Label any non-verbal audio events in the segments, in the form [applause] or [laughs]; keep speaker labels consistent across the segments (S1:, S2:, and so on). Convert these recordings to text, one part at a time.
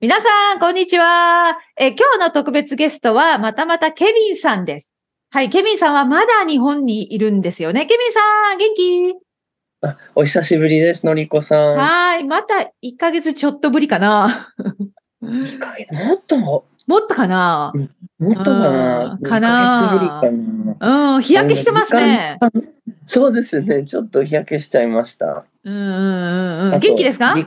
S1: 皆さん、こんにちは。えー今日の特別ゲストは、またまたケビンさんです。はい、ケビンさんはまだ日本にいるんですよね。ケビンさん、元気
S2: あ、お久しぶりです、のりこさん。
S1: はい、また1ヶ月ちょっとぶりかな。
S2: [laughs] 2ヶ月、もっとも、
S1: もっとかな
S2: もっとかな
S1: うん。かな
S2: 2ヶ月ぶりかな。
S1: うん、日焼けしてますね。
S2: そうですね、ちょっと日焼けしちゃいました。
S1: うんうんうんう
S2: あ
S1: ん。
S2: と
S1: 元気ですか
S2: じ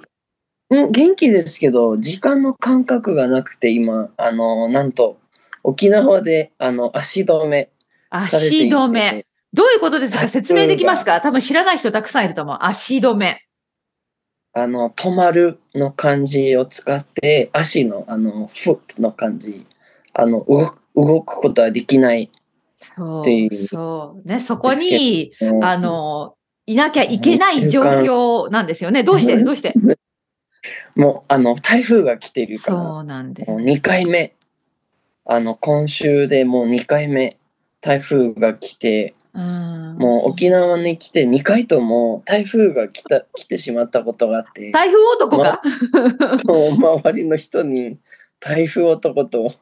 S2: うん、元気ですけど、時間の感覚がなくて、今、あの、なんと、沖縄で、あの、足止めされてい
S1: 足
S2: て。
S1: 止め。。どういうことですか説明できますか多分知らない人たくさんいると思う。足止め。
S2: あの、止まるの漢字を使って、足の、あの、フットの漢字、あの、動く、動くことはできない。
S1: そ。
S2: っていうう
S1: そう。ね、そこに、
S2: うん
S1: あの、いなきゃいけない状況なんですよね。どうして
S2: うん
S1: どうして
S2: もう、あの、台風が来てるから。
S1: そうなんです
S2: も。う2回目あの今週でもう2回目台風が来て
S1: うん
S2: もう沖縄に来て2回とも台風が来た来てしまったことがあって
S1: 台風男が。
S2: もう周りの人に台風男と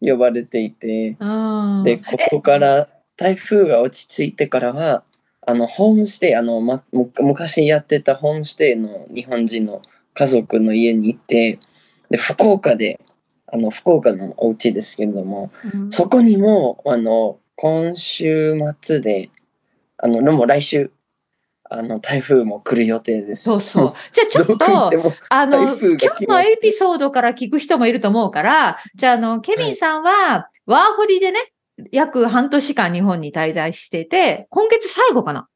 S2: 呼ばれていて
S1: うん
S2: でここから台風が落ち着いてからはあのホームステイあの、ま、む昔やってたホームステイの日本人の家族の家に行ってで福岡であの福岡のお家ですけれども
S1: うん
S2: そこにも、あの、今週末で、あの、でも来週、あの、台風も来る予定です。
S1: そうそう。じゃあちょっ
S2: [laughs] どこ行
S1: と
S2: って、も
S1: あの、
S2: 台風
S1: 今
S2: が来ます
S1: 日のエピソードから聞く人もいると思うから、じゃあ、あの、ケビンさんは、ワーホリでね、約半年間日本に滞在してて、今月最後かな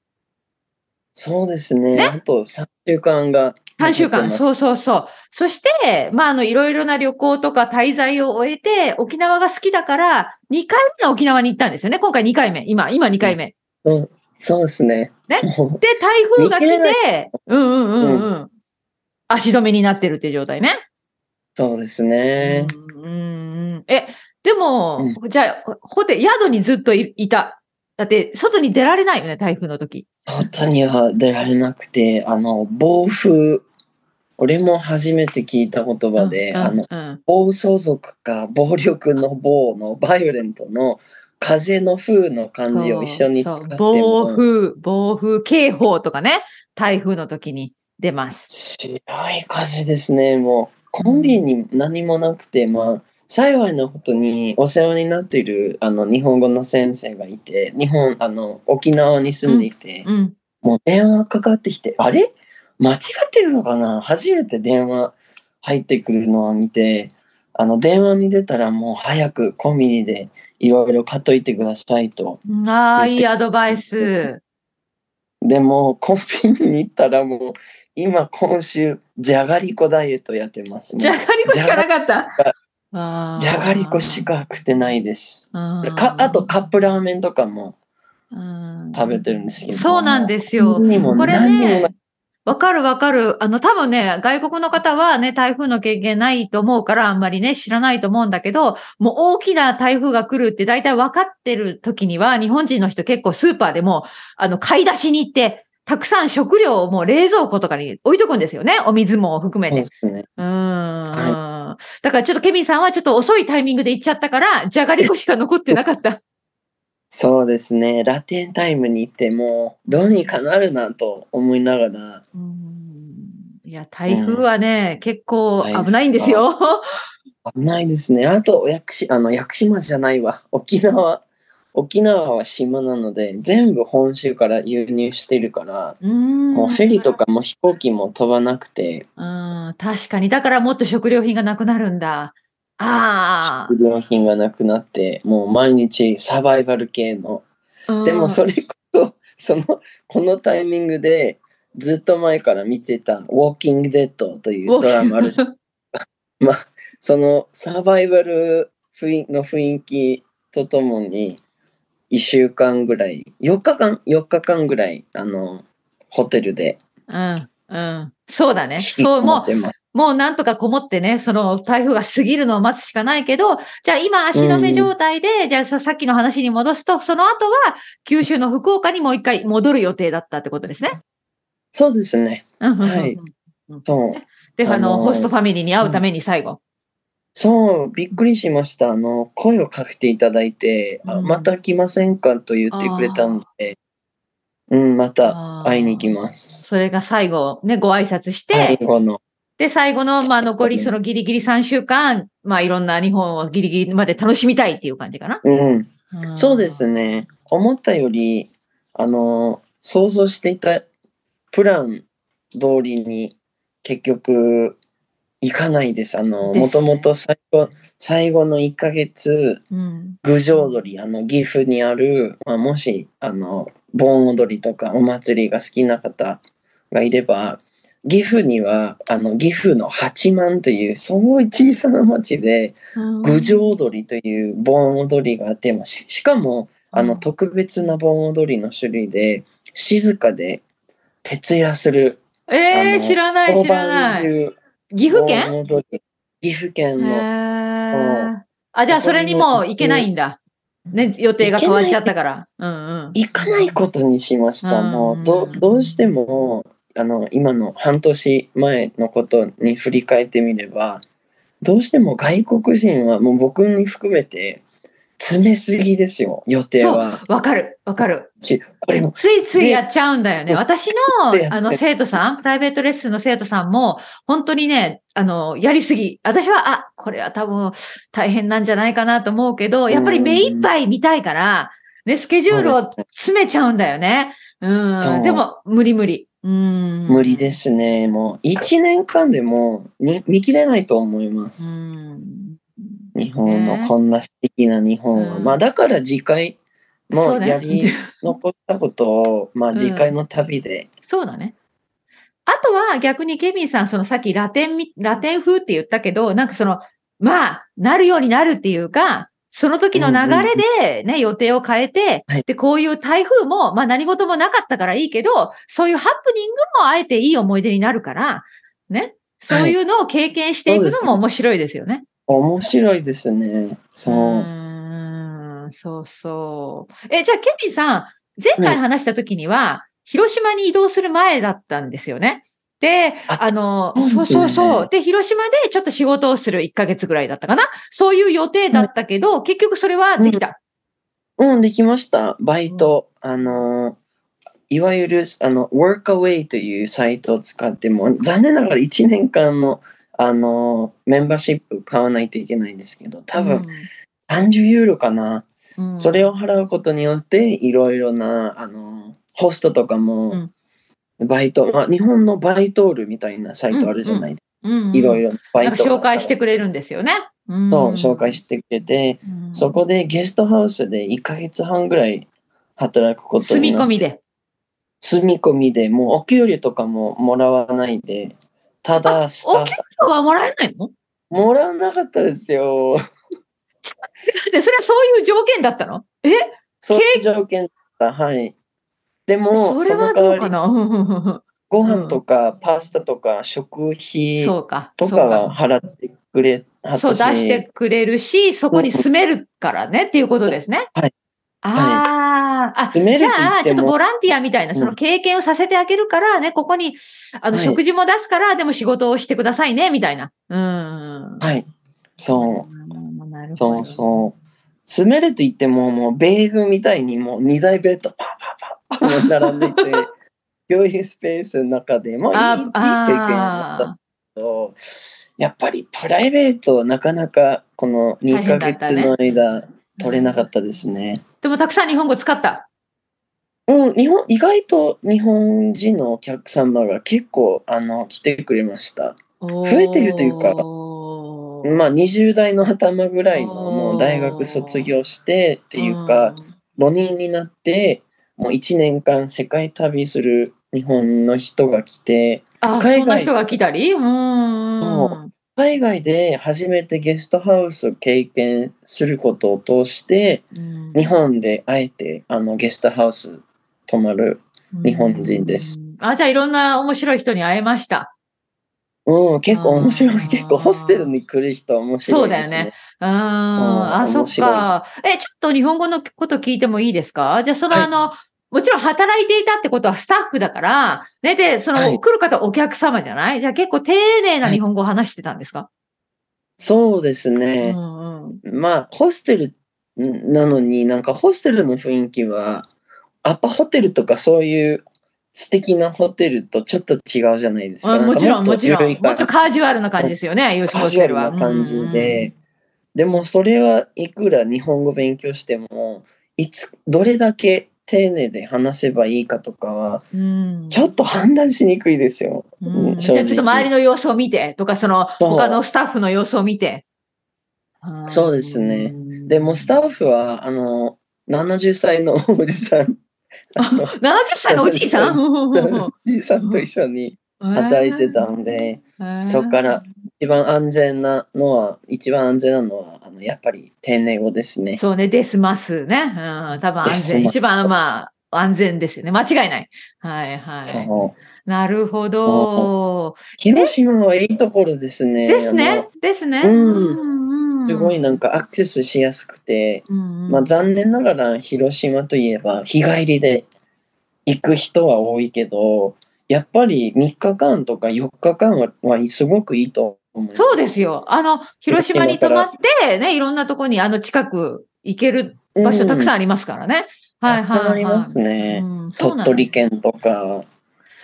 S2: そうですね。あと3週間が。
S1: ?3 週間。
S2: う。
S1: そうそうそう。そして、まあ、あの、いろいろな旅行とか滞在を終えて、沖縄が好きだから、2回目の沖縄に行ったんですよね。今回2回目。今、今2回目。
S2: そうですね。
S1: ね
S2: も
S1: で、台風が来
S2: 逃げな
S1: て、うんうんうんうん。足止めになってるっていう状態ね。
S2: そうですね。
S1: うんうんうんえ、でも、じゃあ、ホテル、宿にずっといいた。だって、外に出られないよね、台風の時。
S2: 外には出られなくて、あの、暴風、俺も初めて聞いた言葉で、
S1: うん
S2: あの、
S1: うん
S2: 暴走族か暴力の暴のバイオレントの風の風の漢字を一緒に使って
S1: そう
S2: も
S1: 暴風、暴風警報とかね、台風の時に出ます。
S2: 強い風ですねもうコンビニ何もなくてまあ幸いなことにお世話になっているあの日本語の先生がいて日本あの沖縄に住んでいて、
S1: うん。
S2: もう電話かかってきてあれ間違ってるのかな初めて電話入ってくるのを見てあの電話に出たらもう早くコンビニでいろいろ買っといてくださいと
S1: ああ、いいアドバイス。
S2: でもコンビニに行ったらもう今今週じゃがりこダイエットやってますもう
S1: じゃがりこしかなかった
S2: じゃ。
S1: あー
S2: じゃがりこし。か食ってないです
S1: うん
S2: かあと、カップラーメンとかも
S1: うん
S2: 食べてるんですけど
S1: そうなんですよ。
S2: 何にも
S1: これ
S2: 何にもな
S1: ね、わかるわかる。あの、多分ね、外国の方はね、台風の経験ないと思うから、あんまりね、知らないと思うんだけど、もう大きな台風が来るって大体わかってる時には、日本人の人結構スーパーでも、あの、買い出しに行って、たくさん食料をもう冷蔵庫とかに置いとくんですよね。お水も含め
S2: そう
S1: て
S2: で。すね
S1: うーん。だからちょっとケビンさんはちょっと遅いタイミングで行っちゃったから、じゃがりこしか残ってなかった。
S2: そうですねラテンタイムに行ってもうどうにかなるなと思いながら
S1: うーんいや、台風はね、結構危ないんですよ。 [laughs]
S2: 危ないですねあと屋久島あの屋久島じゃないわ沖縄沖縄は島なので全部本州から輸入してるからも
S1: も
S2: うフェリーとかも飛行機も飛ばなくて、
S1: うん、確かに。だからもっと食料品がなくなるんだ。あ
S2: 食料品がなくなって、もう毎日サバイバル系の。
S1: あ。うん
S2: でもそれこそ、その、このタイミングで、ずっと前から見てた、ウォーキングデッドというドラマあ
S1: [laughs]
S2: るじゃん。まあ、そのサバイバル雰囲の雰囲気とともに、1週間ぐらい、4日間、4日間ぐらい、あの、ホテルで
S1: うん、うん。そうだね。
S2: 引き
S1: そう、
S2: こもっ
S1: も
S2: てます。
S1: う、もうなんとかこもってね、その台風が過ぎるのを待つしかないけど、じゃあ今足止め状態で、じゃあささっきの話に戻すと、その後は九州の福岡にもう一回戻る予定だったってことですね。
S2: そうですね。
S1: うんうんうんうん
S2: はいそう。
S1: で、あの、
S2: あのー
S1: ホストファミリーに会うために最後。
S2: そう、びっくりしました。あの、声をかけていただいて、あ
S1: うん
S2: また来ませんかと言ってくれたので、うん、また会いに行きます。
S1: それが最後、ね、ご挨拶して、
S2: 最後の。
S1: で、最後の、まあ、残りそのギリギリ3週間、まあ、いろんな日本をギリギリまで楽しみたいっていう感じかな。
S2: うん、
S1: ん
S2: そうです。ね。思ったより、あの、想像していたプラン通りに結局行かないです。あの、
S1: で
S2: も
S1: す
S2: と
S1: ね
S2: もと最後、最後の1ヶ月、
S1: うん。
S2: 郡上踊り、あの、岐阜にある、まあ、もし、あの、盆踊りとかお祭りが好きな方がいれば、岐阜には、あの、岐阜の八幡という、すごい小さな町で、郡上踊りという盆踊りがあって、まあししかも、あの、特別な盆踊りの種類で、静かで、徹夜する、
S1: え
S2: あ
S1: ー、
S2: の
S1: 知らない、知らない。
S2: いう
S1: 岐阜県
S2: 盆踊り岐阜県
S1: へ
S2: の、
S1: ーあ、じゃあ、それにもう行けないんだ。ね、予定が変わっちゃったから。うんうん。
S2: 行かないことにしました。
S1: うん
S2: もうどどうしてもあの今の半年前のことに振り返ってみればどうしても外国人はもう僕に含めて詰めすぎですよ予定は。
S1: わかる、わかる。
S2: ちこれも
S1: ついついやっちゃうんだよね。
S2: で
S1: 私
S2: で
S1: の、あの、生徒さん、プライベートレッスンの生徒さんも、本当にね、あの、やりすぎ。私は、あ、これは多分大変なんじゃないかなと思うけど、やっぱり目いっぱい見たいから、ね、スケジュールを詰めちゃうんだよね。うん
S2: そ。う
S1: でも、無理無理。うん。
S2: 無理ですね。もう1年間でもに見切れないと思いま
S1: う
S2: す。
S1: ん。
S2: 日本
S1: ね
S2: のこんな素敵な日本は。
S1: うん
S2: まあだから次回
S1: そ
S2: も
S1: うね
S2: やり残ったことを、まあ次回の旅で
S1: そうだね。あとは逆にケビンさん、そのさっきラテンみ、ラテン風って言ったけど、なんかその、まあ、なるようになるっていうか、その時の流れでね、予定を変えて、
S2: はい
S1: で、こういう台風も、まあ何事もなかったからいいけど、そういうハプニングもあえていい思い出になるから、ね、そういうのを経験していく
S2: そうで
S1: の
S2: す
S1: も面白いですよね。
S2: 面白いですね。そうう。
S1: ーん、そうそう。え、じゃあケビンさん、前回話した時には、広島に移動する前だったんですよね。で、
S2: あ
S1: あの、
S2: そうです
S1: そう
S2: ね
S1: そうそう。で、広島でちょっと仕事をする1ヶ月ぐらいだったかな。そういう予定だったけど、結局それはできた。
S2: うん、できました。バイト。あのー、いわゆる、あの、Workaway というサイトを使っても、残念ながら1年間の、あのー、メンバーシップ買わないといけないんですけど、多分30ユーロかな。
S1: うん、
S2: それを払うことによって、いろいろな、あのー、ホストとか
S1: う
S2: も
S1: ん、
S2: バイト、まあ、日本のバイトールみたいなサイトあるじゃない、
S1: うん、
S2: いろい
S1: ろ
S2: ろバイト
S1: 紹介して
S2: く
S1: くれるんですよね。うん
S2: そう、紹介してくれて、
S1: うん
S2: そこでゲストハウスで1ヶ月半ぐらい働くこと
S1: 住み
S2: にな
S1: 込
S2: って
S1: みで。
S2: 住み込みで、もうお給料とかももらわないで、ただスタ
S1: お
S2: ッ
S1: 給
S2: フ、
S1: 料はもらえないの [laughs]
S2: もらわなかったですよ。
S1: で、それはそういう条件だったのえ
S2: そういう条件だった。はい。でも、
S1: それ
S2: そ
S1: は
S2: の
S1: どう
S2: 代
S1: か
S2: わり、
S1: なうんうん [laughs] うんうん
S2: ご飯とかパスタとか食費
S1: そうか。
S2: とか
S1: そう
S2: は払ってくれはったし
S1: そう、出してくれるし、そこに住めるからねっていうことですね。
S2: はい。
S1: ああ、あ、
S2: 住める
S1: じ
S2: って言
S1: ゃあ、ち
S2: っ
S1: ょ
S2: て
S1: っとボ
S2: も、
S1: ランティアみたいな、
S2: うん
S1: その経験をさせてあげるからね、ここに、あの、
S2: はい
S1: 食事も出すから、でも仕事をしてくださいね、みたいな。うん。
S2: はい。そう。
S1: うんなるほど。
S2: そうそう。住めると言っても、もう米軍みたいにもう2台ベッドパパパッ並んでいて、
S1: [laughs]
S2: 共有スペースの中でもいいいい
S1: あ
S2: 経験だった
S1: あ
S2: けど、やっぱりプライベートなかなかこの2
S1: 大変
S2: ヶ
S1: だった
S2: 月
S1: ね
S2: の間取れなかったですね。
S1: ー、でもたくさん日本語使った。
S2: うん、日本、意外と日本人のお客様が結構あの来てくれました。
S1: 増
S2: えてるというかまあ20代の頭ぐらいの
S1: おー
S2: もう大学卒業してっていうか、5人になってもう1年間世界旅する日本の人が来て
S1: あー、
S2: 海外
S1: そんな人が来たりうん。
S2: そ海外で初めてゲストハウスを経験することを通して
S1: うん
S2: 日本であえてあのゲストハウス泊まる日本人です
S1: うん。あ、じゃあいろんな面白い人に会えました。
S2: うん結構面白
S1: あ
S2: い
S1: ー
S2: 結構ホステルに来る人は面白いで
S1: そう
S2: す
S1: だよね
S2: ね
S1: うん。あ、そ
S2: 面
S1: っ
S2: 白
S1: か。え、ちょっと日本語のこと聞いてもいいですかじゃあその、
S2: はい
S1: あの、もちろん働いていたってことはスタッフだから、ね、で、その、
S2: はい
S1: 来る方はお客様じゃないじゃあ結構丁寧な日本語を話してたんですか、
S2: そうですね。
S1: うんうん
S2: まあ、ホステルなのに、なんかホステルの雰囲気は、アパホテルとかそういう素敵なホテルとちょっと違うじゃないですか。
S1: あもちろん、
S2: な
S1: も
S2: か
S1: ちろ
S2: 緩
S1: ん。
S2: い
S1: も
S2: 感
S1: っとカジュアルな感じですよね、吉
S2: カ
S1: 本
S2: ジュア
S1: テル
S2: ル
S1: は。
S2: な感じで、でもそれはいくら日本語勉強しても、いつ、どれだけ丁寧で話せばいいかとかは、
S1: うんうん、
S2: ちょっと判断しにくいですよ。
S1: うんじ
S2: 正
S1: ゃ
S2: 直
S1: あちょっと周りの様子を見てとか、その
S2: そう
S1: 他のスタッフの様子を見て。あー
S2: そうですね。
S1: うん
S2: でもスタッフは、あの、70歳のおじさん、
S1: 70歳のおじいさん [laughs]
S2: お [laughs] じいさんと一緒に働いてたんで、
S1: えー。
S2: そっから一番安全なのは、一番安全なのは、あのやっぱり丁寧語ですね。
S1: そうね、ですますね。うん、多分安全。
S2: ですます
S1: 一番まあ安全ですよね。間違いない。はいは
S2: そ
S1: い。
S2: う。
S1: なるほど。
S2: 広島はいいところですね。
S1: です
S2: あ
S1: ね
S2: の。。
S1: ですね。
S2: うん
S1: んうん
S2: すごいなんかアクセスしやすくて、
S1: うんうん
S2: まあ残念ながら広島といえば日帰りで行く人は多いけど、やっぱり3日間とか4日間ははすごくいいと思います。
S1: そうです。よ。あの、広島に泊まって、ね、いろんなとこに、あの、近く行ける場所たくさんありますからね。はいはい、
S2: たくさんありますね。
S1: うんそう
S2: 鳥
S1: なん
S2: 取県とか、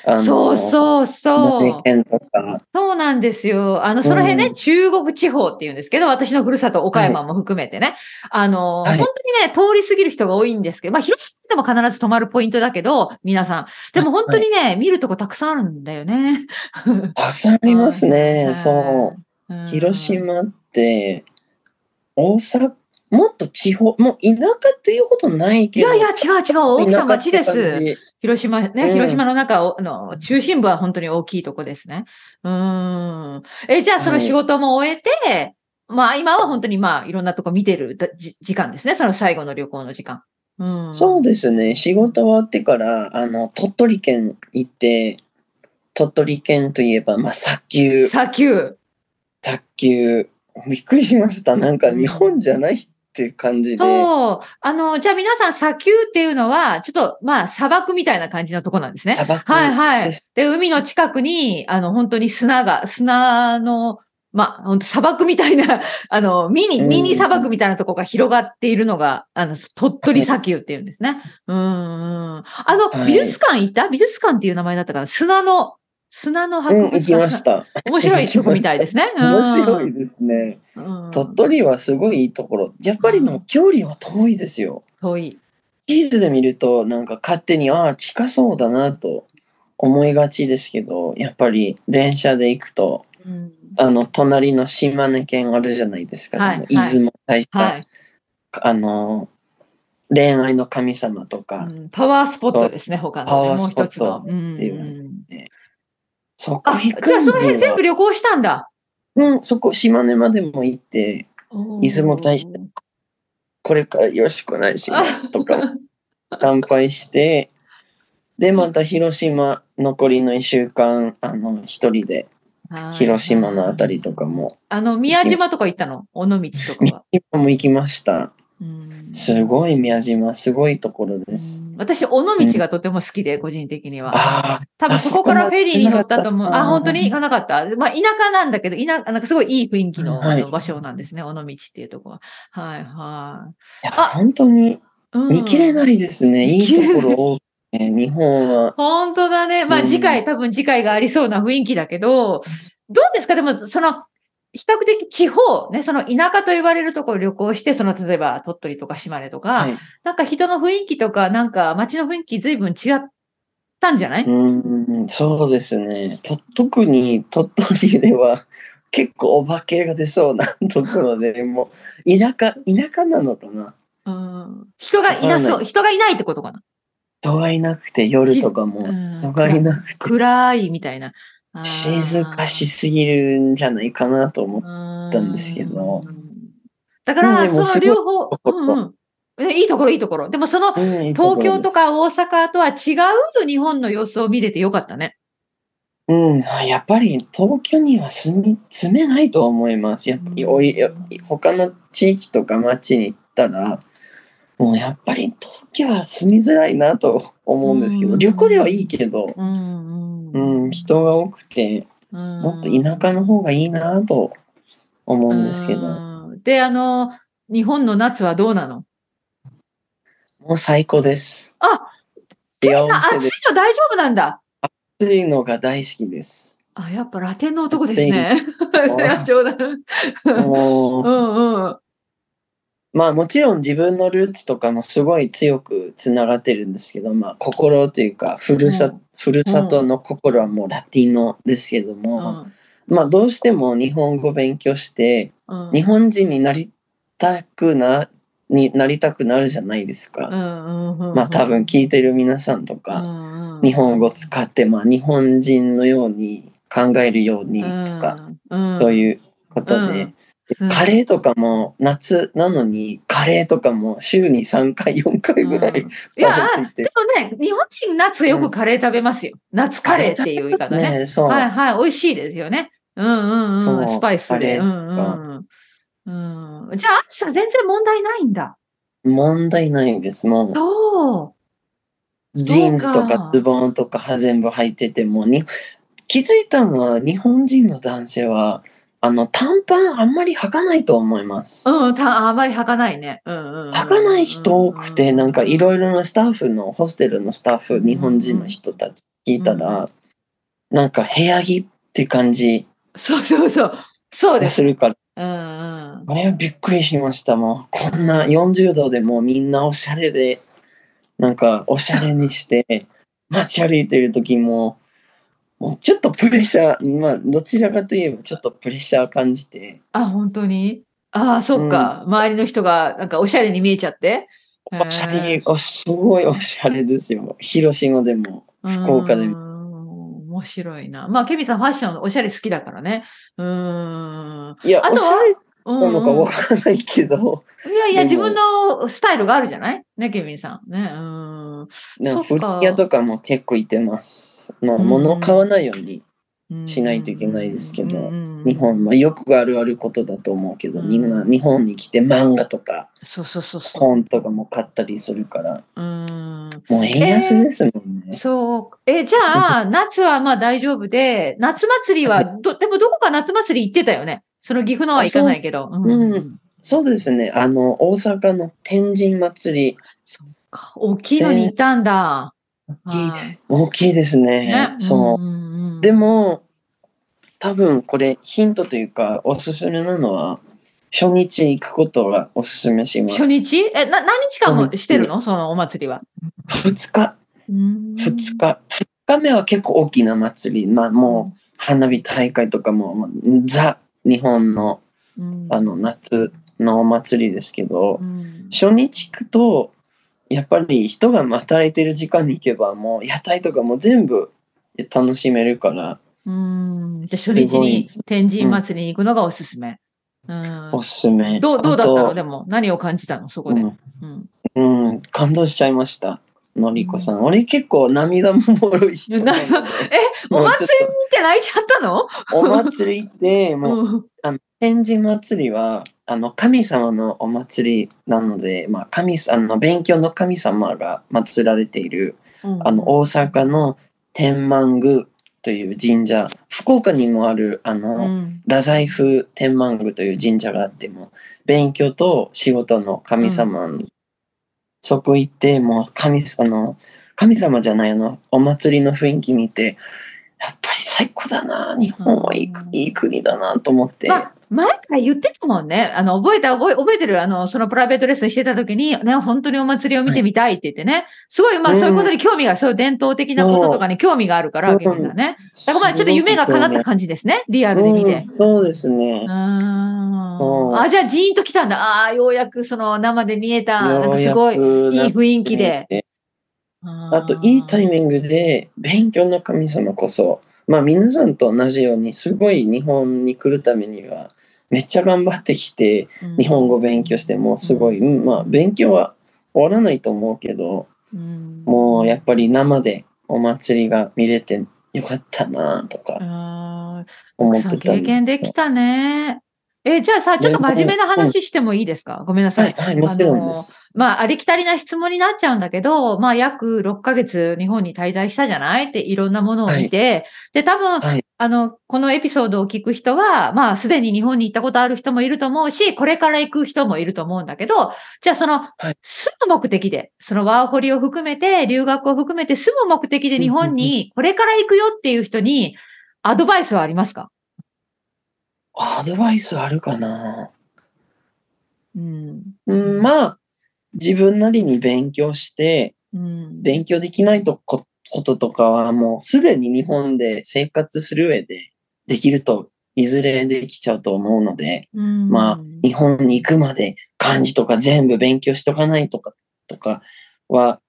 S2: あ
S1: そうそうそ
S2: 島
S1: う
S2: 根。県とか、
S1: そうなんですよ。あの、その辺ね、
S2: うん
S1: 中国地方っていうんですけど、私のふるさと岡山も含めてね。あの、
S2: はい
S1: 本当にね、通り過ぎる人が多いんですけど、まあ、広島でも必ず泊まるポイントだけど、皆さん。でも本当にね、見るとこたくさんあるんだよね。
S2: たくさんありますね。
S1: ん
S2: そう。
S1: うん
S2: 広島って大阪もっと地方もう田舎っていうことない
S1: い
S2: けど
S1: やいや、違う違う。大きな街で
S2: 田舎って
S1: す
S2: 感。じ
S1: 広島ね、
S2: うん
S1: 広島の中をの中心部は本当に大きいとこですね。うーん。え、じゃあその仕事も終えて、まあ今は本当にまあいろんなとこ見てるだじ時間ですね。その最後の旅行の時間。うん、
S2: そうですね仕事終わってからあの鳥取県行って鳥取県といえば、まあ、砂丘
S1: 砂丘。
S2: 卓球びっくりしましたなんか日本じゃないっていう感じで
S1: そう。あの、じゃあ皆さん砂丘っていうのは、ちょっとまあ砂漠みたいな感じのとこなんですね。
S2: 砂漠
S1: はいはい
S2: です。
S1: で、海の近くに、あの、本当に砂が、砂の、まあ、本当砂漠みたいな、 [laughs] あの、ミニ、
S2: うん
S1: ミニ砂漠みたいなとこが広がっているのが、あの、鳥取砂丘っていうんですね。うんうん。あ
S2: は
S1: の、
S2: い
S1: 美術館行った美術館っていう名前だったから、砂の、砂の博
S2: うん
S1: 物
S2: 行
S1: 館。
S2: きました
S1: [laughs] 面白いとこみたいですね。
S2: [laughs] 面白いですね
S1: うん。
S2: 鳥取はすごいいいところやっぱりの距離は遠いですよ
S1: 遠い。
S2: 地図で見るとなんか勝手にああ近そうだなと思いがちですけどやっぱり電車で行くと
S1: うん
S2: あの隣の島根県あるじゃないですか、
S1: はい
S2: その出雲大社、
S1: はい、
S2: あの恋愛の神様とか、
S1: うんパワースポットですね、他のね。
S2: パワースポット
S1: もう一つの。うん
S2: っていう
S1: うん
S2: そこ
S1: あ、じ
S2: 行
S1: ゃあ
S2: く
S1: その辺全
S2: の
S1: 部旅行したんだ。
S2: うんそこ島根までも行って出雲大社これからよろしくお願いしますと
S1: [laughs]
S2: か乾杯してでまた広島残りの1週間あの一人で広島のあた
S1: り。
S2: りとかも
S1: あの、宮島とか行ったの尾道とか
S2: [laughs]
S1: は。
S2: 今も行きました
S1: うん
S2: すごい宮島、すごいところです。
S1: うん私、尾道がとても好きで、個人的には。
S2: ああ、
S1: 多分
S2: あ
S1: そこからフェリーに乗ったと思う。
S2: そこまで
S1: あ、本当に行かなかった。まあ、田舎なんだけど、田舎、なんかすごいいい雰囲気の,、
S2: はい
S1: あの場所なんですね、尾道っていうとこは。はいはい
S2: や
S1: あ
S2: 本当に
S1: い。うん
S2: 見切れないですね。
S1: 見
S2: い
S1: 切れ
S2: い
S1: ない
S2: ところ多くて、
S1: [laughs]
S2: 日本は。
S1: 本当だね。まあ
S2: うん
S1: 次回、多分次回がありそうな雰囲気だけど、どうですかでも、その、比較的地方、ね、その田舎と言われるところを旅行して、その例えば鳥取とか島根とか、
S2: はい
S1: なんか人の雰囲気とか、なんか街の雰囲気随分違ったんじゃない、
S2: うん、そうですね。と特に鳥取では結構お化けが出そうなところで、もう田舎、田舎なのかな。
S1: うん、人がいな
S2: わか
S1: そ
S2: ん
S1: う、人がいないってことかな、
S2: 人がいなくて、夜とかも
S1: うん
S2: 人がいなくて、
S1: 暗いみたいな。あー
S2: 静かしすぎるんじゃないかなと思って。たんですけど
S1: うん。だから、
S2: うんでも
S1: その
S2: すごい
S1: 両方、
S2: こ
S1: うんうんねいいところ、いいところ。でもその
S2: うんいいとこ
S1: 東
S2: ろ
S1: 京
S2: で
S1: と
S2: す
S1: か大阪とは違う日本の様子を見れてよかったね。
S2: うん、やっぱり東京には住み住めないと思います。やっぱりおい他の地域とか町に行ったら、もうやっぱり東京は住みづらいなと思うんですけど、
S1: うん
S2: 旅行ではいいけど、
S1: うん
S2: うん、人が多くて、も
S1: も
S2: っと田舎の方がいいなと思うんですけど、
S1: うんで、あの、日本の夏はどうなの
S2: もう最高です。
S1: あケミ
S2: 幸
S1: さん、
S2: せ
S1: 暑
S2: で
S1: いの大丈夫なんだ。
S2: 暑いのが大好きです。
S1: あ、やっぱラテンの男ですね。い [laughs] や冗談。
S2: もう
S1: うんうん。
S2: [laughs] まあもちろん自分のルーツとかもすごい強くつながってるんですけど、まあ心というか、ふるさ、
S1: うん
S2: ふるさとの心はもうラティノですけども、まあどうしても日本語勉強して、
S1: うん
S2: 日本人になりたくな、になりたくなるじゃないです
S1: う
S2: か。
S1: んうんうん
S2: まあ多分聞いてる皆さんとか、日本語使って、まあ日本人のように考えるようにとか、、そう
S1: う
S2: いうこと
S1: う
S2: で
S1: ん、ん
S2: カレーとかも夏なのにカレーとかも週に3回4回ぐらい
S1: うん
S2: 食
S1: いや、
S2: べていて、
S1: でもね、日本人夏よくカレー食べますよ。夏カレーっていう言い方ね。
S2: ねそう、
S1: はいはい、美味しいですよね。うんうん
S2: そう
S1: うん、スパイス
S2: カ
S1: で。
S2: レー
S1: うんうんうんうん、じゃあ、暑さ全然問題ないんだ。
S2: 問題ないですもう
S1: そう。
S2: ジーンズとかズボンとか全部履いててもに気づいたのは日本人の男性はあの短パンあんまり履かないと思います
S1: うん、たあんまり履かないね。うんうんうん、
S2: 履かない人多くてなんかいろいろなスタッフのホステルのスタッフ日本人の人たち聞いたらなんか部屋着って感じ
S1: そうそうそう。そう
S2: が
S1: です。
S2: するから
S1: うんうん。
S2: あれはびっくりしました。もう、こんな40度でもうみんなおしゃれで、なんかおしゃれにして、 [laughs] 街歩いてる時も、もうちょっとプレッシャー、まあ、どちらかといえばちょっとプレッシャー感じて、
S1: あ、本当にああ、そっか、周りの人がなんかおしゃれに見えちゃって。
S2: おしゃれ、おすごいおしゃれですよ。広島でも、福岡でも。
S1: も。面白いな。まあ、ケミさん、ファッション、おしゃれ好きだからね。うーん。
S2: いや、
S1: あとは
S2: おしゃれ
S1: うん
S2: なのか
S1: うん
S2: わからないけど、
S1: いやいや、
S2: で
S1: 自
S2: も
S1: 分のスタイルがあるじゃないね、ケミさん。ね。うん。
S2: なん
S1: そ
S2: か古
S1: っか
S2: 着屋とかも結構行ってます。まあ、
S1: うん
S2: 物を買わないように、
S1: うん
S2: しないといけないですけど
S1: うん
S2: 日本、まあ、よくあるあることだと思うけど、みんな日本に来て漫画とか、
S1: そうそうそうそう。
S2: 本とかも買ったりするから、
S1: うん。
S2: もう円安ですもんね。
S1: そう。え、じ
S2: [laughs]
S1: ゃあ、夏はまあ大丈夫で、夏祭りはど、でもどこか夏祭り行ってたよね。その岐阜のは行かないけど。う
S2: うそうですね、あの、大阪の天神祭り、
S1: そうか。大きいのに行ったんだ。
S2: 大きい
S1: はい
S2: 大きいですね。
S1: ね。
S2: そう。
S1: う
S2: で
S1: も、
S2: も、多分これヒントというか、おすすめなのは、初日行くことがおすすめします。
S1: 初日え、な、何日間もしてるのそのお祭りは。
S2: 二日、
S1: 二
S2: 二日、二日目は結構大きな祭り。まあもう、花火大会とかも、もうザ、日本の
S1: うん。
S2: あの夏のお祭りですけど
S1: う、ん
S2: 初日行くとやっぱり人が働いてる時間に行けばもう屋台とかも全部楽しめるから
S1: うん。じゃあ初日に天神祭りに行くのがおすすめ。うん。
S2: おすすめ。
S1: どう、どうだったの
S2: あと
S1: でも、何を感じたのそこで。うん。
S2: うん、うん感動しちゃいました。のりこさん、俺結構涙もろい人なので
S1: え、お祭
S2: もうちょっ
S1: りに行って泣いちゃったの
S2: とお祭り行ってもう
S1: [laughs] うん。
S2: あの天神祭りはあの神様のお祭りなので、まあ、神さあの勉強の神様が祀られているあの大阪の天満宮という神社福岡にもあるあの、
S1: うん
S2: 太宰府天満宮という神社があっても勉強と仕事の神様の、そこ行ってもう神あの神様じゃないあのお祭りの雰囲気見てやっぱり最高だな日本はいい,、
S1: うん
S2: いい国だなと思って、
S1: まあ、前から言ってたもんね。あの、覚えた、覚え、覚えてる、あの、そのプライベートレッスンしてた時に、ね、本当にお祭りを見てみたいって言ってね。すごい、まあ、
S2: うん
S1: そういうことに興味が、そういう伝統的なこととかに興味があるから、
S2: うん
S1: ケミさんね。だ
S2: だ
S1: からまあ、ちょっと夢が叶った感じですね。リアルで見て。
S2: そうですね
S1: うー、ん
S2: そう
S1: あ、じゃあ、ジーンと来たんだ。ああー、ようやく、その、生で見えた。なんかすごい、いい
S2: ようやく
S1: 雰囲気で。あ
S2: あといいタイ
S1: グ。
S2: ミングで勉強の神様こそまあ皆さんと同じようにすごい日本に来るためにはめっちゃ頑張ってきて
S1: うん
S2: 日本語勉強してもうすごい、うんまあ勉強は終わらないと思うけど
S1: うん
S2: もうやっぱり生でお祭りが見れてよかったなとか
S1: あー
S2: 思っ
S1: さん
S2: てた
S1: 経
S2: んです
S1: 験できたね。え、じゃあさ、ちょっと真面目な話してもいいですかごめんなさ
S2: はいい。はいもちろんです。
S1: まあ、ありきたりな質問になっちゃうんだけど、まあ、約6ヶ月日本に滞在したじゃないっていろんなものを見て、で、多分、
S2: はい
S1: あの、このエピソードを聞く人は、まあ、すでに日本に行ったことある人もいると思うし、これから行く人もいると思うんだけど、じゃあその、
S2: はい
S1: 住む目的で、そのワーホリを含めて、留学を含めて住む目的で日本にこれから行くよっていう人に、アドバイスはありますか
S2: アドバイスあるかな
S1: うん。
S2: うん、まあ、自分なりに勉強して、
S1: うん。
S2: 勉強できないとここととかはもうすでに日本で生活する上でできると、いずれできちゃうと思うので、
S1: うん、
S2: まあ日本に行くまで漢字とか全部勉強しとかないとか、とかは、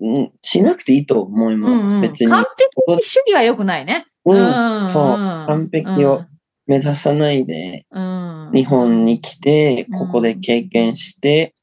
S2: うん、しなくていいと思いま
S1: う
S2: す。
S1: んうん
S2: 別に。
S1: 完璧主義は良くないね。
S2: うん、そう
S1: 完
S2: 完璧を目指さないで、日本に来て、
S1: うん
S2: ここで経験して、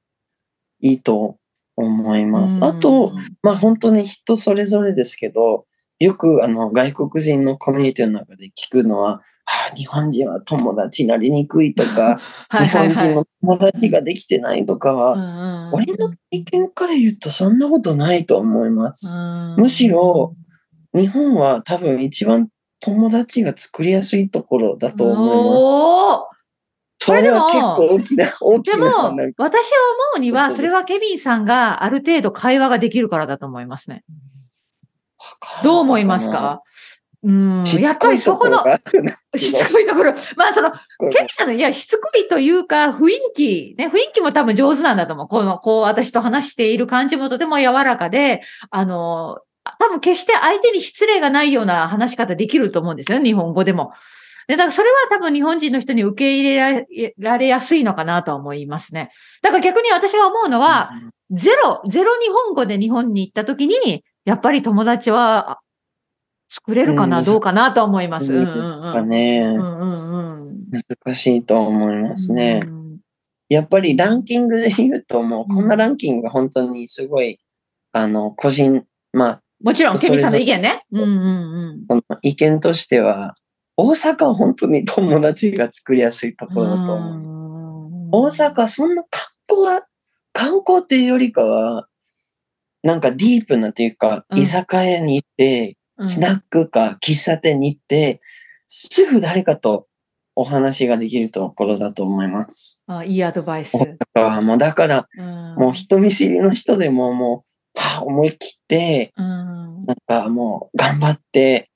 S2: いいと思います。あと、、まあ本当に人それぞれですけど、よくあの外国人のコミュニティの中で聞くのは、ああ日本人は友達になりにくいと
S1: [laughs]
S2: か、
S1: 日
S2: 日本人の友達ができてないとかは、俺の経験から言うとそんなことないと思います。むしろ、日本は多分一番友達が作りやすいところだと思います。
S1: 思います。
S2: それは結構大きな、大き
S1: で
S2: な
S1: も、私は
S2: 話
S1: 思うには、
S2: そうです
S1: それはケビンさんがある程度会話ができるからだと思いますね。どう思いますかうん。やっぱりそこの、しつこいところ、まあその、ケミさんの、いや、しつこいというか、雰囲気、ね、雰囲気も多分上手なんだと思う。この、こう、私と話している感じもとても柔らかで、あの、多分決して相手に失礼がないような話し方できると思うんですよね、日本語でも。で、だからそれは多分日本人の人に受け入れられやすいのかなとは思いますね。だから逆に私が思うのは、ゼロ、ゼロ日本語で日本に行った時に、やっぱり友達はあ作れるかな、
S2: うん
S1: どうかなとは思います。うんうんうん
S2: ですかね
S1: う。んうんうん。
S2: 難しいと思いますね
S1: う。ん
S2: やっぱりランキングで言うと、もうこんなランキングが本当にすごい、あの、個人、まあ、
S1: もちろん、
S2: 人
S1: ケ
S2: そ
S1: ミ
S2: れ
S1: さ
S2: ぞれ
S1: んの意見ね。うんうん
S2: その意見としては、大阪は本当に友達が作りやすいところだと思う。
S1: うん。
S2: 大阪、そんな観光は、観光っていうよりかは、なんかディープなというか、
S1: うん
S2: 居酒屋に行って、
S1: うん
S2: スナックか喫茶店に行って、すぐ誰かとお話ができるところだと思います。
S1: あいいアドバイス。
S2: だからもうだから、も
S1: も
S2: う人見知りの人でももう、はあ思い切って、
S1: うん。
S2: なんかもう頑張って、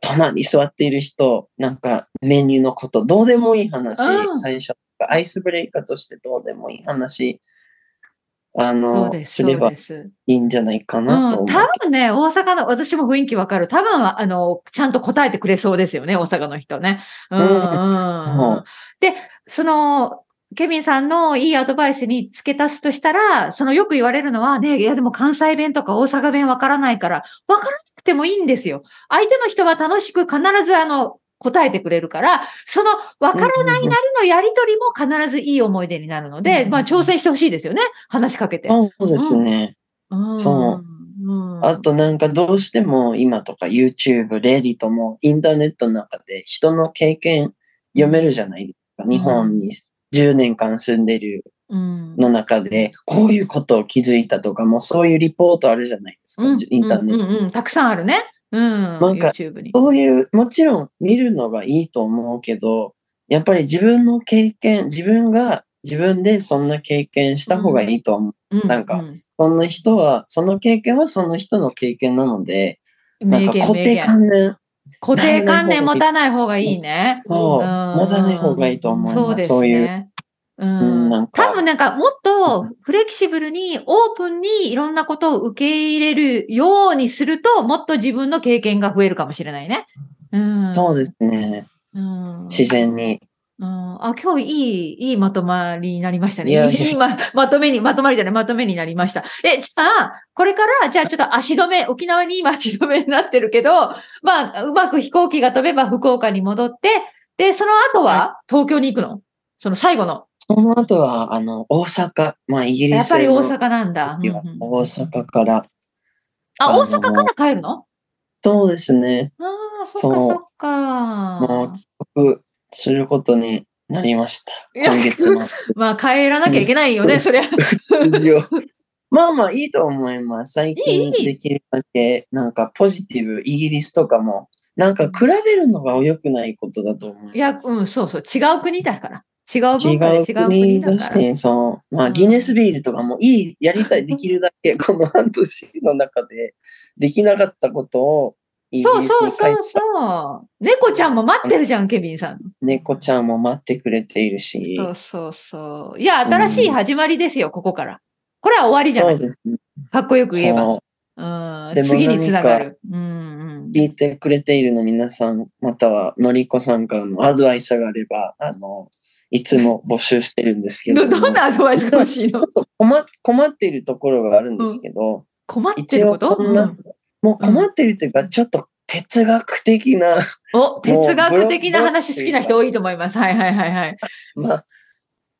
S2: 隣に座っている人、なんかメニューのこと、どうでもいい話
S1: う、ん
S2: 最初、アイスブレイカーとしてどうでもいい話、
S1: そ
S2: あ
S1: う
S2: の、
S1: です、
S2: す
S1: そ
S2: れ
S1: う
S2: ばい
S1: です。
S2: いんじゃないか
S1: うん
S2: なと思う。
S1: 多分ね、大阪の、私も雰囲気わかる。多分は、あの、ちゃんと答えてくれそうですよね、大阪の人ね。うんうんうん
S2: そう
S1: で、その、ケビンさんのいいアドバイスに付け足すとしたら、そのよく言われるのはね、いやでも関西弁とか大阪弁わからないから、わからなくてもいいんですよ。相手の人は楽しく必ずあの、答えてくれるから、その、わからないなりのやりとりも必ずいい思い出になるので、
S2: うん
S1: まあ、挑戦してほしいですよね。話しかけて。
S2: そうですね。
S1: うん
S2: そう
S1: うん
S2: あとなんかどうしても今とか YouTube、レディともインターネットの中で人の経験読めるじゃないですか。日本に10年間住んでる
S1: うん
S2: の中で、こういうことを気づいたとか、もうそういうリポートあるじゃないですか、
S1: うん
S2: インターネット。
S1: うんうんうんたくさんあるね。うん。
S2: なんか
S1: YouTube に。
S2: そういう、もちろん見るのがいいと思うけど、やっぱり自分の経験、自分が、自分でそんな経験した方がいいと思う。
S1: う
S2: なんか
S1: う
S2: そんな人は、その経験はその人の経験なので、な
S1: 名
S2: んか
S1: 言
S2: 固
S1: 名
S2: 定
S1: 言。
S2: 観念、
S1: 固定観念持たない方がいいね。
S2: そう、持たない方がいいと思いま
S1: そ
S2: す。そうう
S1: ですね。
S2: いう、
S1: うん
S2: うんなんか
S1: 多分なんかもっとフレキシブルにオープンにいろんなことを受け入れるようにするともっと自分の経験が増えるかもしれないね。うん、
S2: そうですね。
S1: うん
S2: 自然に。
S1: うんあ、今日いい、いいまとまりになりましたね。い
S2: い
S1: い
S2: やいや
S1: ままとめに、まとまりじゃない、まとめになりました。え、じゃあ、これから、じゃあちょっと足止め、沖縄に今足止めになってるけど、まあ、うまく飛行機が飛べば福岡に戻って、で、その後は東京に行くのその最後の。
S2: その後は、あの、大阪、まあ、イギリス
S1: やっぱり大
S2: の
S1: 阪なんだ。うん
S2: 時
S1: うん
S2: は大阪から、
S1: あ、大
S2: あの
S1: 阪から帰るの
S2: そうですね。
S1: ああ、そっか
S2: そう
S1: そっか。
S2: もう帰国することになりました。
S1: いや
S2: 今月も。
S1: [laughs] まあ、帰らなきゃいけないよ
S2: う
S1: ね、
S2: ん
S1: そ
S2: [laughs]
S1: りゃ。
S2: まあまあいいと思います。最
S1: いいい
S2: 近
S1: い
S2: できるだけなんかポジティブ、イギリスとかもなんか比べるのが良くないことだと思います。
S1: いや、うん、そうそう。違う国だから。違う文化で違
S2: 違
S1: う
S2: う国
S1: 国だ
S2: だ
S1: から。
S2: し、そう。ま
S1: う
S2: あ、
S1: ん
S2: ギネスビールとかもいい、やりたい、できるだけ、この半年の中で、できなかったことを、イギ
S1: そう
S2: リス
S1: そう
S2: に帰っ
S1: そうそう。猫ちゃんも待ってるじゃん、ケビンさん。
S2: 猫ちゃんも待ってくれているし、
S1: そうそうそう。いや、新しい始まりですよ、ここから。これは終わりじゃ
S2: そ
S1: な
S2: う
S1: い。
S2: ですね。
S1: かっこよく言えば。
S2: そう
S1: う
S2: で
S1: ん、
S2: も
S1: 次につなが
S2: なん
S1: る。うん
S2: 聞いてくれているの皆さん、またはのりこさんからのアドバイスがあれば、あの、いつも募集してるんです
S1: う
S2: け
S1: ん。
S2: ど
S1: ど、
S2: も、
S1: [laughs] どんなアドバイスが欲
S2: [laughs]
S1: しいの
S2: 困っ困っているところがあるんですけど、
S1: 困って
S2: 一
S1: る
S2: 応
S1: こと、
S2: こんな、
S1: うん
S2: もう困ってるというか、ちょっと哲学的な、 [laughs]
S1: お、哲学的な
S2: もうブロ
S1: 話好きな人多いと思います。はいはいはいはい。
S2: まあ、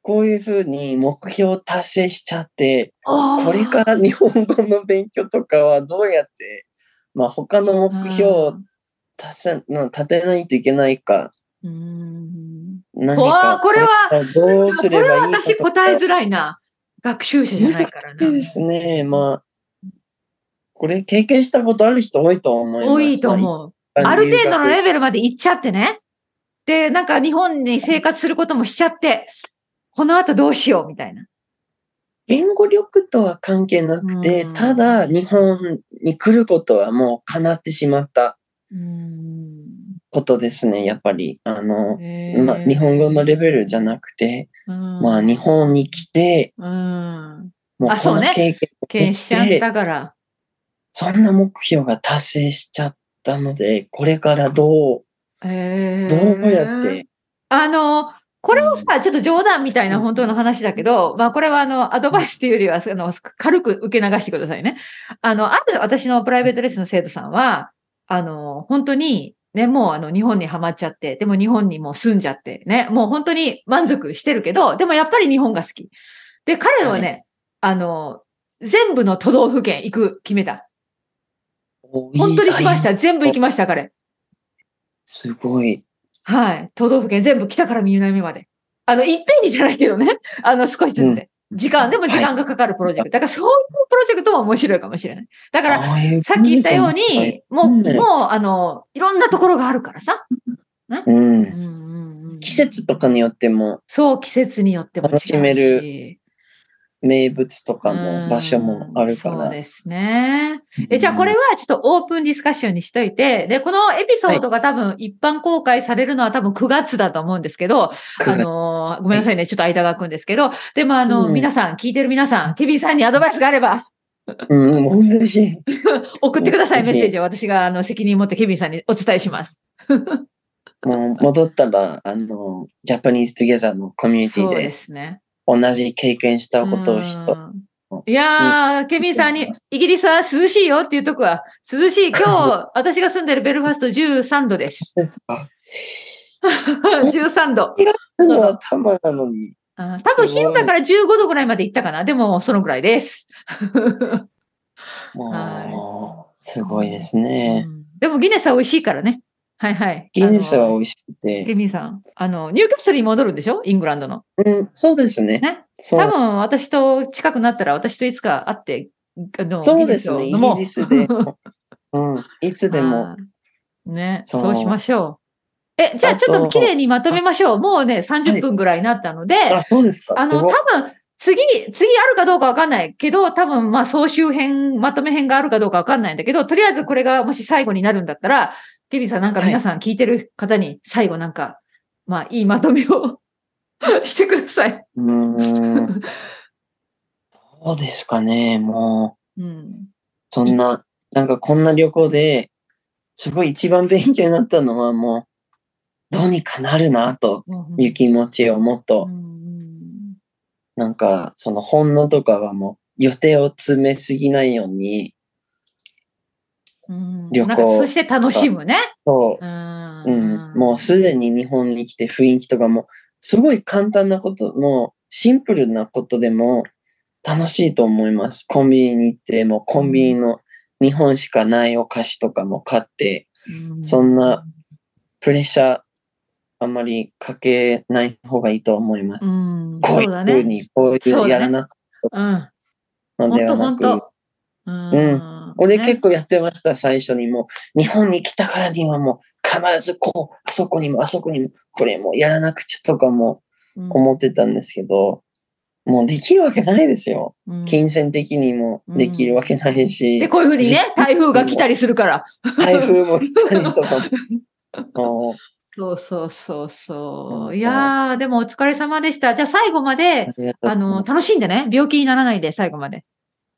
S2: こういうふうに目標を達成しちゃって、
S1: おー
S2: これから日本語の勉強とかはどうやって、まあ、他の目標を達せの立てないといけないか、
S1: うん
S2: 何
S1: わー
S2: か
S1: これは
S2: どうすればいいかとか。
S1: 私答えづらいな。学習者じゃないからな
S2: そう。ですね。まあ、これ経験したことある人多いと思います。
S1: 多いと
S2: ま
S1: 思う。
S2: あ。
S1: ある程度の
S2: ね。
S1: レベルまで行っちゃってね。で、なんか日本に生活することもしちゃって、この後どうしようみたいな。
S2: 言語力とは関係なくて、
S1: うん
S2: ただ日本に来ることはもう叶ってしまったことですね、やっぱり。あの、まあ、日本語のレベルじゃなくて、
S1: うん
S2: まあ、日本に来て、
S1: うん。
S2: もう
S1: あそう
S2: この
S1: ね
S2: 経験を
S1: 経験
S2: で
S1: し
S2: き、
S1: ちゃってたから。
S2: そんな目標が達成しちゃったので、これからどう、
S1: へ
S2: ど
S1: ー
S2: うやって、
S1: あの、これをさ、ちょっと冗談みたいな本当の話だけど、まあこれはあの、アドバイスというよりは、その、軽く受け流してくださいね。あの、ある私のプライベートレッスンの生徒さんは、あの、本当に、ね、もうあの、日本にハマっちゃって、でも日本にもう住んじゃって、ね、もう本当に満足してるけど、でもやっぱり日本が好き。で、彼はね、あの、全部の都道府県行く決めた。本当にしまし
S2: いい。
S1: た。全部行きました、彼。
S2: すごい。
S1: はい。都道府県全部北から南まで。あの、いっぺんにじゃないけどね。 [laughs] あの、少しずつで。時間、でも時間がかかるプロジェクト。だからそういうプロジェクトも面白いかもしれない。だから、さっき言ったように、もう、
S2: うん
S1: もう、あの、いろんなところがあるからさ。
S2: うん、
S1: うんうんうん
S2: 季節とかによっても
S1: そう、季節によっても違うし。
S2: 楽しめる名物とか
S1: う
S2: も
S1: ん
S2: 場所もあるか
S1: そう
S2: ら。
S1: ですね。え、じゃあこれ
S2: は、
S1: はちょっとオープンディスカッションにしといて、で、このエピソードが多分一般公開されるのは多分9月だと思うんですけど、あのーごめんなさいね、ちょっと間が空くんですけど、でもあの、
S2: うん
S1: 皆さん、聞いてる皆さん、ケビンさんにアドバイスがあれば、
S2: うん、もうぜひ。
S1: 送ってください、
S2: うん
S1: メッセージを。私があの責任を持ってケビンさんにお伝えします。
S2: もう戻ったら、あの、ジャパニーズ・トゥ・ゲザーのコミュニテ
S1: そ
S2: ィ
S1: うで
S2: です
S1: ね。
S2: 同じ経験したことを人、
S1: うんいやー、ケビンさんに、イギリスは涼しいよっていうとこは、涼
S2: [laughs]
S1: しい。今日、私が住んでるベルファスト13度です。
S2: ですか
S1: 13度。
S2: でも頭なのに、
S1: あー多分昼だから15度ぐらいまで行ったかな。でも、そのぐらいです。
S2: もう、すごいですね
S1: う。んでも、ギネスは美味しいからね。はいはい。
S2: ギネス
S1: あ
S2: は
S1: の
S2: 美味しくて
S1: ケ。ミーさん、あの、ニューキャッスルに戻るんでしょイングランドの。
S2: うん、そうですね。
S1: ね
S2: そ
S1: 多
S2: う
S1: 分、私と近くなったら、私といつか会って、あの、
S2: そうですね。イ
S1: ギ
S2: ギ
S1: ネスを飲もう
S2: リスで。 [laughs] うん、いつでも。
S1: あーね、そ
S2: そうう
S1: しましょう。え、じゃあ、
S2: あ
S1: ち
S2: と
S1: ょっと綺麗にまとめましょう。もうね、30分ぐらいになったので、
S2: あ、そうですか。
S1: あの、
S2: す
S1: 多
S2: ごい
S1: 分、次、次あるかどうかわかんないけど、多分、まあ、総集編、まとめ編があるかどうかわかんないんだけど、とりあえずこれがもし最後になるんだったら、ケビンさんなんか
S2: はい
S1: 皆さん聞いてる方に最後なんか、まあ、いいまとめを [laughs] してください。
S2: うーん。どうですかね、も
S1: うん。
S2: う、そんな、なんかこんな旅行で、すごい一番勉強になったのはもう、どうにかなるな、という気持ちをもっ
S1: う
S2: と、
S1: ん
S2: なんか、その本能とかはもう、予定を詰めすぎないように、
S1: うん
S2: 旅行
S1: なんかそして楽しむね。
S2: そうう、うん、もうすでに日本に来て雰囲気とかも、すごい簡単なこと、もうシンプルなことでも楽しいと思います。コンビニに行って、もうコンビニの日本しかないお菓子とかも買って、
S1: う
S2: そんな。プレッシャーあんまりかけない方がいいと思いま
S1: うん
S2: す。こ
S1: そうう
S2: いう
S1: だ
S2: ふう
S1: ね。
S2: に、こうい
S1: そうだ
S2: う
S1: ね
S2: やらなく
S1: うん。
S2: の
S1: 本
S2: では
S1: 当本
S2: なく、
S1: 当。うん。
S2: 俺結構やってました、最初にもう。日本に来たからにはもう、必ずこう、あそこにも、あそこにも、これもやらなくちゃとかも思ってたんですけど、もうできるわけないですよ。
S1: うんうん
S2: 金銭的にもできるわけないし、
S1: で、こういうふうにね、台風が来たりするから。
S2: 台風も来たり
S1: [laughs]
S2: とかも。あ
S1: そうそうそうそ。
S2: そうう
S1: いやー、でもお疲れ様でした。じゃあ最後まで、
S2: りがとう
S1: あの、楽しんでね。病気にならないで、最後まで。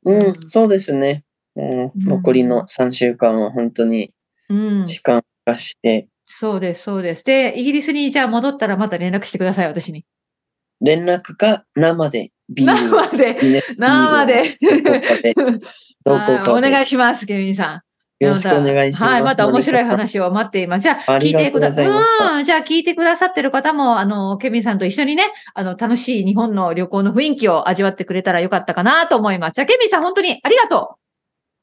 S2: うん、そうですね。も
S1: うん
S2: う残りの3週間は本当に
S1: うん。
S2: 時間がして、
S1: そうです、そうです。で、イギリスにじゃあ戻ったらまた連絡してください、私に。
S2: 連絡か生でビールを
S1: 生で、
S2: ね
S1: 生で。
S2: ビールをどこかで、
S1: [laughs]
S2: どこ
S1: はい
S2: か
S1: お
S2: で。
S1: 願いします、ケビンさん。
S2: よろしくお願いします。
S1: はい、また面白い話を待っています。じゃあ、
S2: あ
S1: 聞い
S2: りが
S1: てく
S2: とうご
S1: だ
S2: ざ
S1: さ
S2: いました
S1: うんじゃあ、聞いてくださってる方も、あの、ケビンさんと一緒にね、あの、楽しい日本の旅行の雰囲気を味わってくれたらよかったかなと思います。じゃあ、ケビンさん、本当にありがと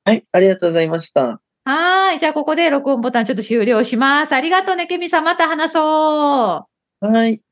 S2: はい、ありがとうございました。
S1: う。はーい。じゃあ、ここで録音ボタンちょっと終了します。ありがとうね、ケビンさん。また話そう。
S2: はい。